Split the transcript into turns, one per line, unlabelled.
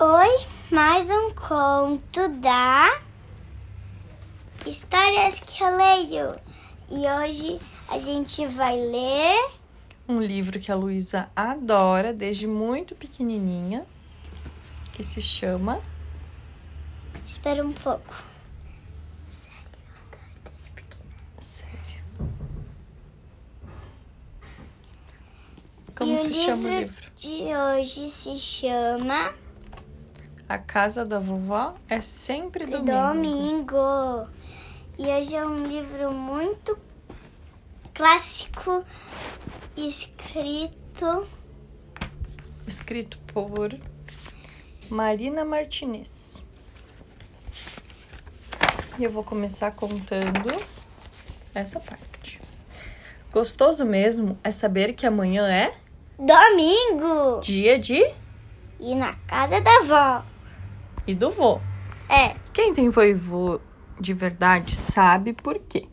Oi, mais um conto da Histórias que eu leio. E hoje a gente vai ler
Um livro que a Luísa adora desde muito pequenininha, que se chama
Espera um pouco.
Sério. Como
e
se chama o livro?
de hoje se chama
A casa da vovó é sempre domingo.
Domingo. E hoje é um livro muito clássico, escrito
Escrito por Marina Martinez. E eu vou começar contando essa parte. Gostoso mesmo é saber que amanhã é
Domingo.
dia de
E na casa da avó.
e do vô.
É,
Quem tem vovô de verdade sabe por quê.